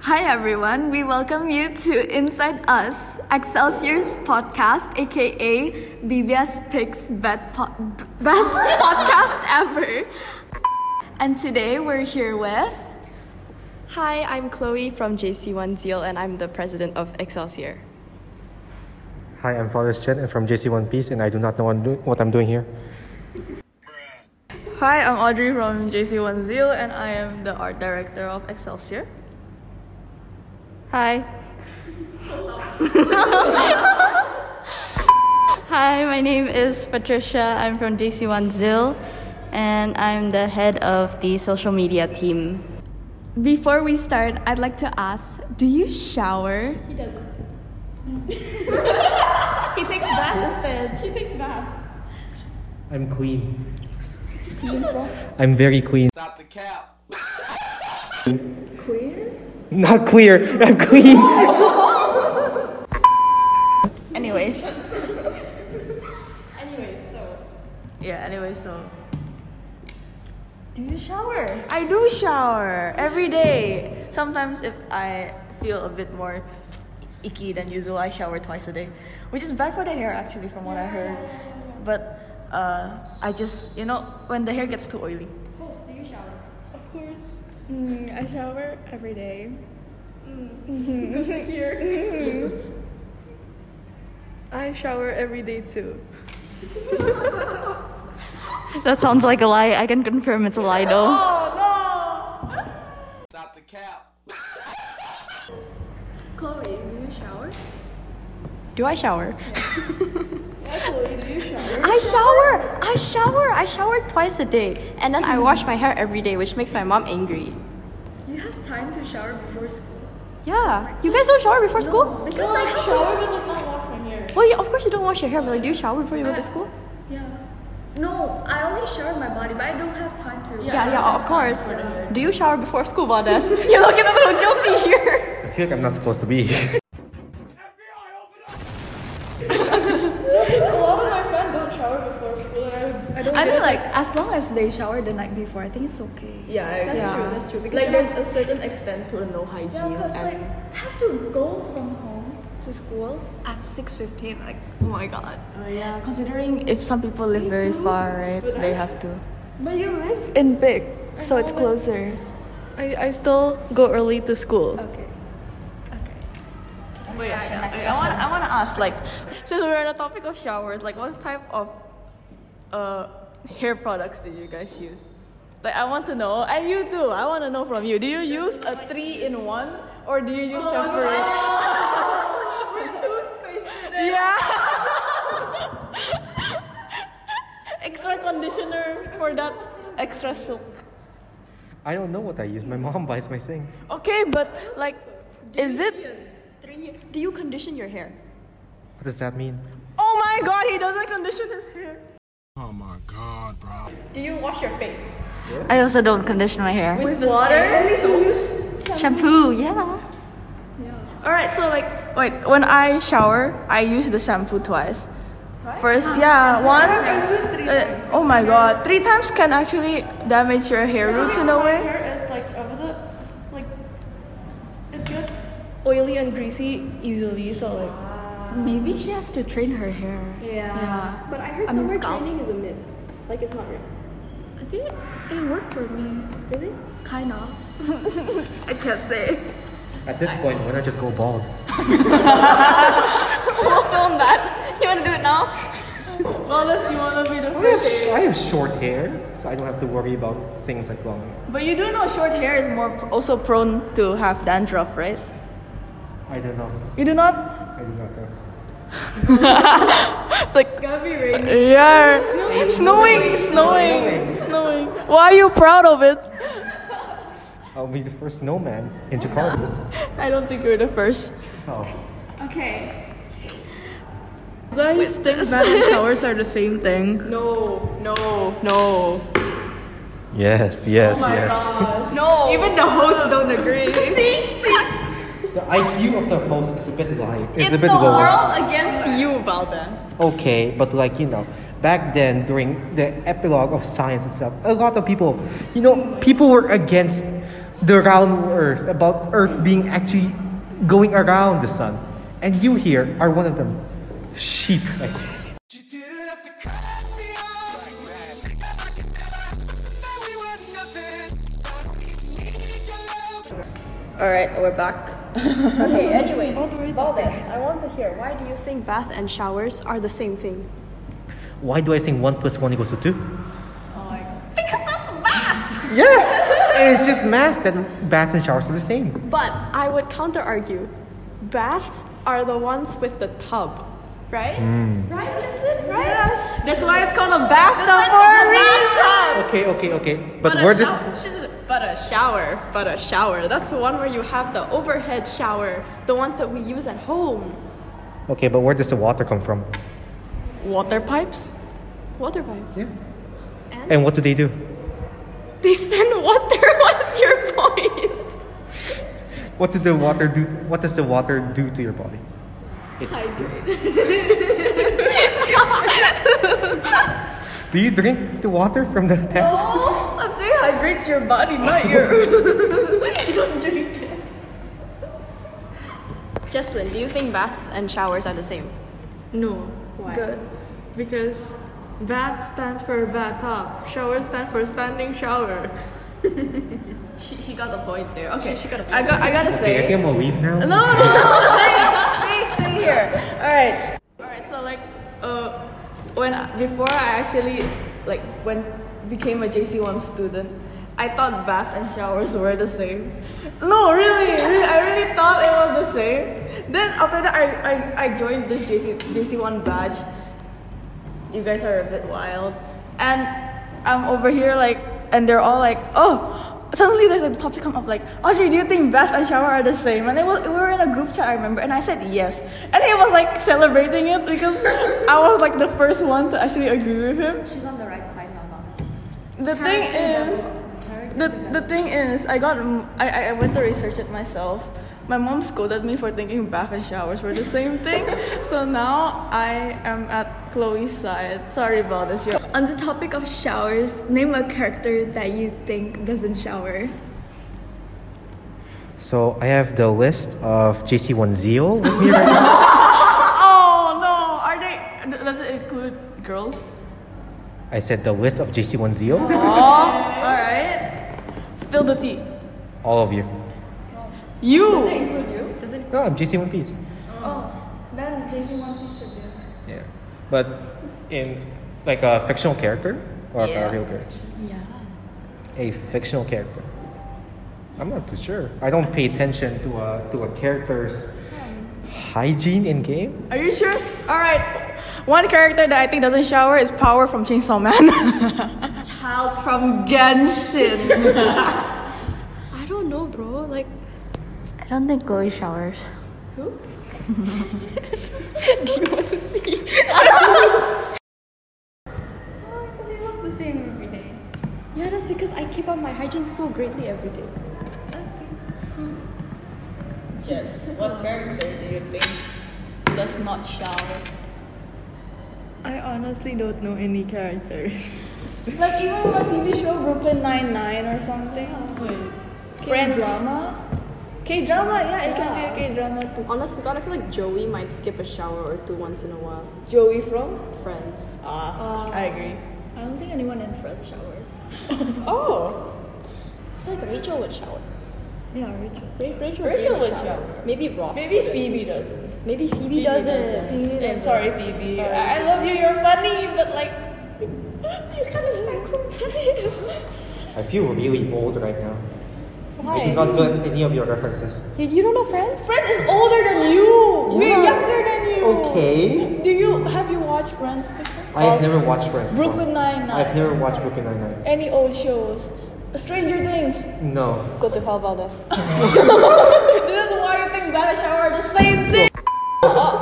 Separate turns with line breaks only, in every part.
Hi everyone, we welcome you to Inside Us, Excelsior's podcast, aka Bibia's Picks bet po- b- Best Podcast Ever. And today we're here with.
Hi, I'm Chloe from JC1 Zeal, and I'm the president of Excelsior.
Hi, I'm Forrest Chen and from JC One Piece, and I do not know what I'm doing- what I'm doing here.
Hi, I'm Audrey from JC1Zeal, and I am the art director of Excelsior.
Hi. Hi, my name is Patricia. I'm from DC1 Zill, and I'm the head of the social media team.
Before we start, I'd like to ask do you shower?
I'm clean. I'm very clean. Stop the cap. Queer? Not queer. I'm clean.
Anyways. anyways, so. Yeah, anyway, so.
Do you shower?
I do shower every day. Sometimes, if I feel a bit more icky than usual, I shower twice a day, which is bad for the hair, actually, from what I heard. But uh, I just, you know, when the hair gets too oily.
I shower every day.
I shower every day too.
That sounds like a lie. I can confirm it's a lie, though.
Chloe, do you shower?
Do I shower? I shower! I shower! I shower twice a day, and then I wash my hair every day, which makes my mom angry.
You have time to shower before school.
Yeah. You guys don't shower before school?
Because I shower.
Well, yeah, of course you don't wash your hair, but like, do you shower before you go to school?
No, I only shower my body, but I don't have time to.
Yeah, yeah, of course. Do you shower before school, Vadas? You're looking a little guilty here.
I feel like I'm not supposed to be. here.
I mean, like as long as they shower the night before, I think it's okay.
Yeah, that's
true,
That's true. Because like there's a certain extent to no hygiene.
Yeah, cause like I have to go from home to school at six fifteen. Like oh my god.
Yeah, considering if some people live very far, right, they have to.
But you live in big, so it's closer.
I, I still go early to school.
Okay. Okay.
Wait, I, I, want I want to ask like, since we're on the topic of showers, like what type of uh hair products do you guys use? Like I want to know, and you do. I want to know from you. Do you use a three in one or do you use separate? yeah. extra conditioner for that extra soap.
I don't know what I use. My mom buys my things.
Okay, but like, is it?
Do you condition your hair?
What does that mean?
Oh my god, he doesn't condition his hair.
Oh my god, bro.
I also don't condition my hair.
With water? Soap.
Shampoo, yeah.
Alright, so like, wait, when I shower, I use the shampoo twice. First, yeah, once. uh, oh my god, three times can actually damage your hair roots in a way.
hair is like over the like it gets oily and greasy easily so like
Maybe she has to train her hair.
But I heard
I mean, summer scalp.
training is a myth. Like it's not real.
I think it worked for me. Really? Kind of.
I can't say.
At this point, why not just go bald?
We'll film that. You wanna do it now?
Unless you wanna be the
I have, sh- I have short hair, so I don't have to worry about things like long hair.
But you do know short hair is more pr- also prone to have dandruff, right?
I don't know.
You do not
I do not know.
like. It's gonna be raining. Yeah, snowing, snowing, snowing. Why are you proud of it?
I'll be the first snowman in Jakarta.
I don't think we're the first.
Oh.
Okay.
guys think that showers are the same thing
No, no, no.
Yes, yes, yes.
No. Even the host don't agree.
The IQ of the host is a bit light.
It's the world against you, Valdez.
okay, but like you know, back then during the epilogue of science itself, a lot of people, you know, people were against the round Earth, about Earth being actually going around the sun. And you here are one of them. Sheep, I see.
All right, we're back.
Okay, anyways, Baldes, I want to hear why do you think bath and showers are the same thing?
Why do I think one plus one equals to two?
Because that's math.
Yeah! and it's just math that baths and showers are the same.
But I would counter argue baths are the ones with the tub, right? Right, Justin? Right? Yes.
That's why it's called a bathtub
for a
Okay, okay, okay. But, we're just.
But a shower, but a shower. That's the one where you have the overhead shower, the ones that we use at home.
Okay, but where does the water come from?
Water pipes?
Water pipes.
And what do they do?
They send water. What's your point?
What did the water do? What does the water do to your body? Hydrate. do you drink the water from the tap?
Oh, I'm saying hydrates your body, not your.
Jocelyn, do you think baths and showers are the same?
No. Why? Good. Because bath stands for bathtub. Shower stands for standing shower.
she, she got the point there. Okay, she, got a point. I, got, I gotta
Okay,
say.
I think I'm gonna leave now.
No, no, no, no, stay, stay, stay here. All right. All right. So like, uh, when I- before I actually like when became a JC one student, I thought baths and showers were the same. No, really, really, I really thought it was the same. Then after that, I I, I joined this JC JC one badge. You guys are a bit wild, and I'm over here like, and they're all like, oh. Suddenly there's a topic come up like, Audrey, do you think bath and shower are the same? And they were, we were in a group chat, I remember, and I said yes. And he was like celebrating it because I was like the first one to actually agree with him.
She's on the right side now,
The thing is, the, the thing is, I got m- I, I- I went to research it myself. My mom scolded me for thinking bath and showers were the same thing. so now I am at Chloe's side. Sorry about this. You're
On the topic of showers, name a character that you think doesn't shower.
So I have the list of JC1 Zeal with me right now.
oh no! Are they? d- Does it include girls?
I said the list of JC1
Uh-huh.
Zeal.
All right. Spill the tea.
All of you.
You.
No, I'm JC1 Piece.
Oh, Then Jason One Piece should be.
Yeah. But in like a fictional character or a real character? Yeah. A fictional character. I'm not too sure. I don't pay attention to a to a character's hygiene in game.
Are you sure? All right. One character that I think doesn't shower is Power from Chainsaw Man.
Child from Genshin.
I don't know, bro. Like,
I don't think Chloe showers.
yeah, that's because I keep up my hygiene so greatly every day.
What character do you think does not shower?
I honestly don't know any characters.
Like even with a TV show Brooklyn Nine Nine or something. Friends. Drama. K drama, yeah, it can be a K drama too.
Honest to God, I feel like Joey might skip a shower or two once in a while.
Joey from.
Friends.
Ah, I agree.
I don't think anyone in first showers.
Oh,
I feel like Rachel would shower.
Yeah, Rachel.
Ra- Rachel,
Rachel
would
would shower.
Maybe Ross.
Maybe Phoebe doesn't.
Maybe Phoebe, doesn't.
I'm sorry, Phoebe. I I love you. You're funny, but like you kind of stuck sometimes.
I feel really old right now. I did not get any of your references.
You, you don't know Friends?
Friends is older than you. We're younger than you.
Okay.
Do you have you watched Friends? before?
I have never watched Friends. before.
Brooklyn Nine Nine.
I've never watched Brooklyn Nine Nine.
Any old shows? Stranger Things.
No.
Go to Paul Valdez.
This is why you think bath and shower are the same thing. Oh,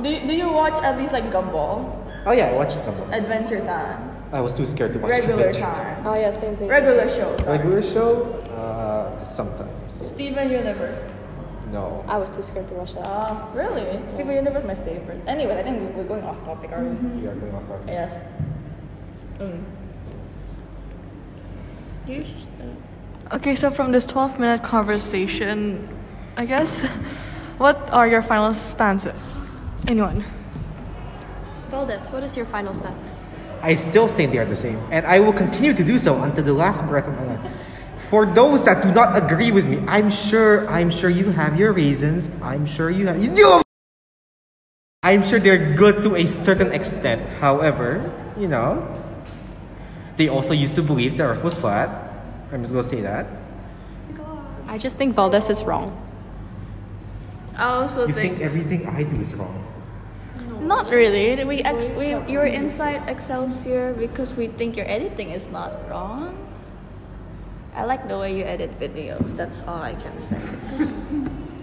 do, do you watch at least like Gumball,
Oh yeah, I watched Gumball.
Adventure Time,
I was too scared to watch
Regular
Adventure
Time,
Oh, yeah, same thing.
Regular Shows,
Regular show? Uh, sometimes.
Steven Universe?
No.
I was too scared to watch that.
Um, really? Steven Universe my favorite. Anyway, I think we- we're going off topic, are we?
Mm-hmm.
You are going off topic.
Yes. Mm.
Okay, so from this 12 minute conversation, I guess, what are your final stances? Anyone?
Valdez, what is your final stance?
I still say they are the same, and I will continue to do so until the last breath of my life. For those that do not agree with me, I'm sure, I'm sure you have your reasons. I'm sure you have. You know, I'm sure they're good to a certain extent. However, you know, they also used to believe the Earth was flat. I'm just gonna say that.
I just think Valdez is wrong.
I also
You
think,
think everything I do is wrong.
not really. We, ex- we you're inside Excelsior because we think your editing is not wrong. I like the way you edit videos. That's all I can say.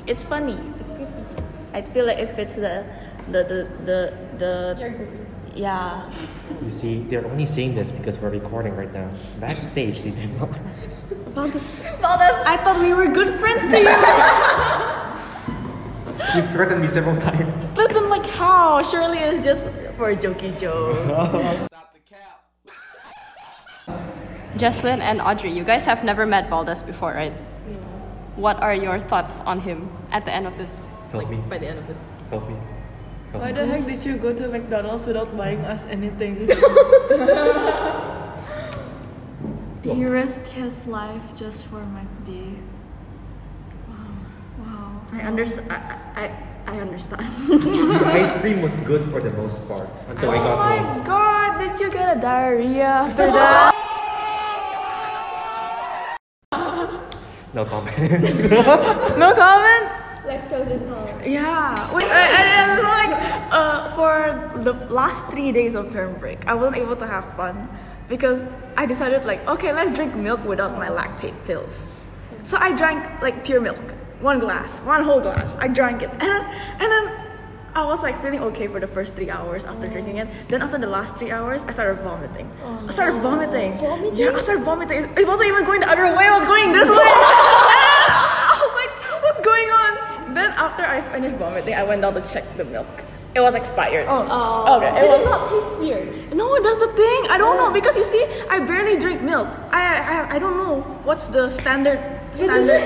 it's funny. I feel like if it's the the the the, the yeah.
You see, they're only saying this because we're recording right now. Backstage, they did not.
Valdez, I thought we were good friends to you.
You've threatened me several times.
But then, like, how? Surely it's just for a jokey joke.
Jesslyn and Audrey, you guys have never met Valdez before, right? What are your thoughts on him at the end of this?
Help me.
By the end of this.
Help me. Help
Why
me.
the heck did you go to McDonald's without buying us anything?
He risked his life just for McD. Wow.
I understand. I, I, I understand.
Ice cream was good for the most part until I
Oh
got home.
God, did you get a diarrhea after that?
No comment.
No comment? Lactose intolerant. Yeah. Wait, I, I, I was like, uh, for the last three days of term break, I wasn't able to have fun because I decided, like, okay, let's drink milk without my lactate pills. So I drank, like, pure milk. One glass, one whole glass. I drank it. And then, and then I was, like, feeling okay for the first three hours after drinking it. Then after the last three hours, I started vomiting. I started vomiting. Vomiting? Yeah, I started vomiting. It wasn't even going the other way, I was going this way. I was like, what's going on? Then after I finished vomiting, I went down to check the milk. It was expired. Oh, okay. It was,
not taste weird?
no, that's the thing. I don't know because you see, I barely drink milk. I I, I don't know what's the standard standard.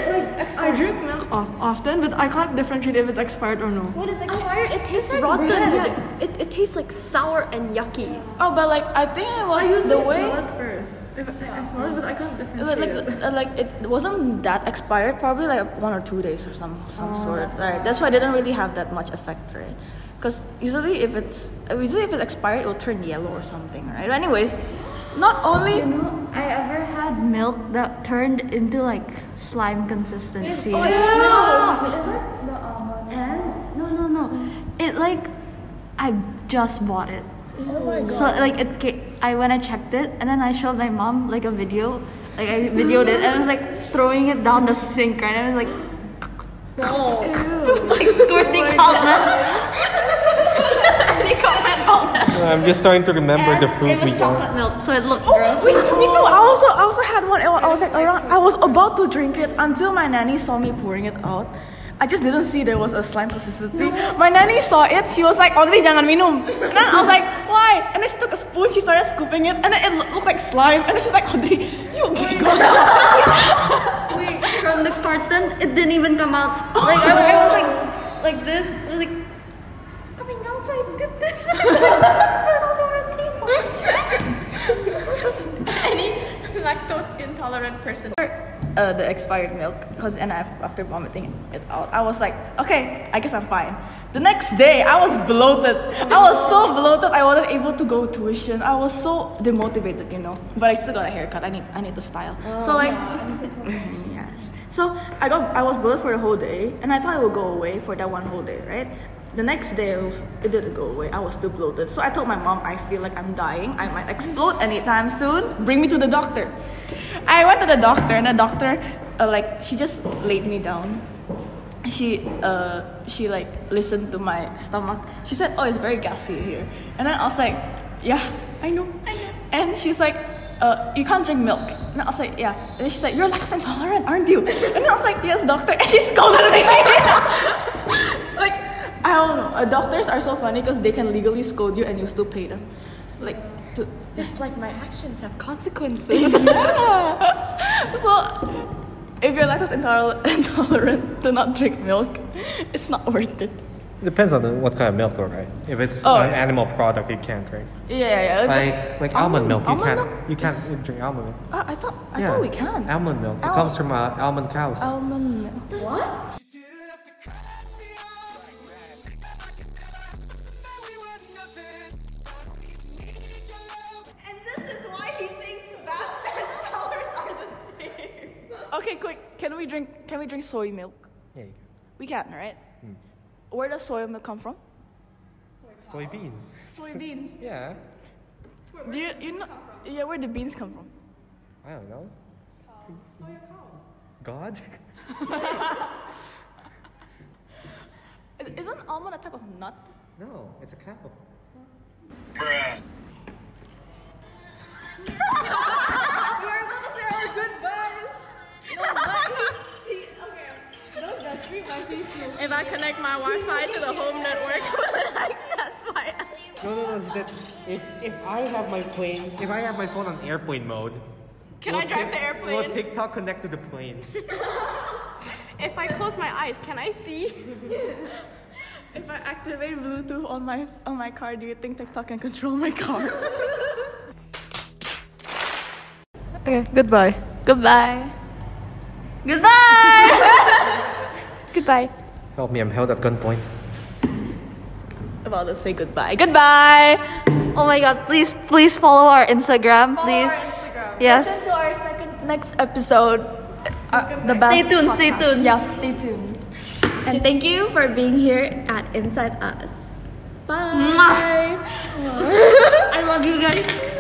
I drink milk of, often, but I can't differentiate if it's expired or no.
What is expired? it tastes rotten. Yeah. It, it tastes like sour and yucky.
Oh, but like I think it was the way
first. If I, I smell it, but I can't
like
differentiate.
like, uh, like it wasn't that expired. Probably like one or two days or some some sort. right. Oh, That's why it didn't really have that much effect, right? Because usually if it's usually if it's expired, it will turn yellow or something, right? But anyways, not only.
I ever had milk that turned into like slime consistency. And no, no, no. It like I just bought it. Oh my god. So like it, ca- I when I checked it, and then I showed my mom like a video, like I videoed it, and I was like throwing it down the sink, right? And I was like, like squirting out.
I'm just starting to remember
And
the fruit
it was
we
chocolate
got.
milk, so it looked
Oh,
gross.
wait, me too. I also, I also had one. I was like around. I was about to drink it until my nanny saw me pouring it out. I just didn't see there was a slime consistency. My nanny saw it. She was like, "Audrey, jangan minum." And then I was like, "Why?" And then she took a spoon. She started scooping it, and then it loo- looked like slime. And then she's like, "Audrey, you okay?"
Wait, from the carton, it didn't even come out. Like I, was- I was like, like this. I was like, it's not coming out. So I did this. I put it all over the table.
Any lactose intolerant person.
uh, the expired milk because and I, after vomiting it out i was like okay i guess i'm fine the next day i was bloated i was so bloated i wasn't able to go tuition i was so demotivated you know but i still got a haircut i need i need the style so like Mm-hmm. yes so i got i was bloated for the whole day and i thought it would go away for that one whole day right the next day it was- it didn't go away i was still bloated so i told my mom i feel like i'm dying i might explode anytime soon bring me to the doctor I went to the doctor, and the doctor, uh, like, she just laid me down. She, uh, she like listened to my stomach. She said, "Oh, it's very gassy here," and then I was like, "Yeah, I know." I know. And she's like, uh, "You can't drink milk." And I was like, "Yeah." And then she's like, "You're lactose intolerant, aren't you?" And I was like, "Yes, doctor." And she scolded me. like, I don't know. Uh, doctors are so funny because they can legally scold you, and you still pay them. Like, It's like my actions have consequences. yeah. well, if you're lactose intoler- intolerant, do not drink milk. It's not worth it.
Depends on the, what kind of milk, though, right? If it's
Oh,
an
yeah.
animal product, you can't drink.
Yeah, yeah. yeah. If it-
Like like almond, milk, you
almond
can't
milk
you can't
is-
drink almond milk.
Ah, I thought I
Yeah,
thought we can.
Almond milk.
Al- Oh.
it comes from uh, almond cows.
Almond milk. What?
And this is why he thinks baths and showers are the same.
Okay, quick. Can we drink? Can we drink soy milk?
Yeah, you
We can, right? Where does soy milk come from?
can. Soybeans.
Soybeans.
Yeah.
Do you you know? Yeah, where do beans come from?
I don't know. God?
I- Isn't almond a type of nut?
No, it's a cow.
If I connect my Wi-Fi to the home network, that's why.
No, no, no. He said, if, if I have my plane, if I have my phone on airplane mode,
Can
will
I drive
Tik-
the airplane?
Will TikTok connect to the plane?
If I close my eyes, can I see?
If I activate Bluetooth on my on my car, do you think TikTok can control my car? okay, goodbye.
Goodbye. Goodbye.
Goodbye.
Help me! I'm held at gunpoint.
Well, let's say goodbye. Goodbye.
Oh my god, please, please follow our Instagram, please. Yes.
Listen to our second next episode. uh, the best.
Stay tuned, stay
podcast.
tuned.
Yes, stay tuned. And thank you for being here at Inside Us. Bye.
I love you guys.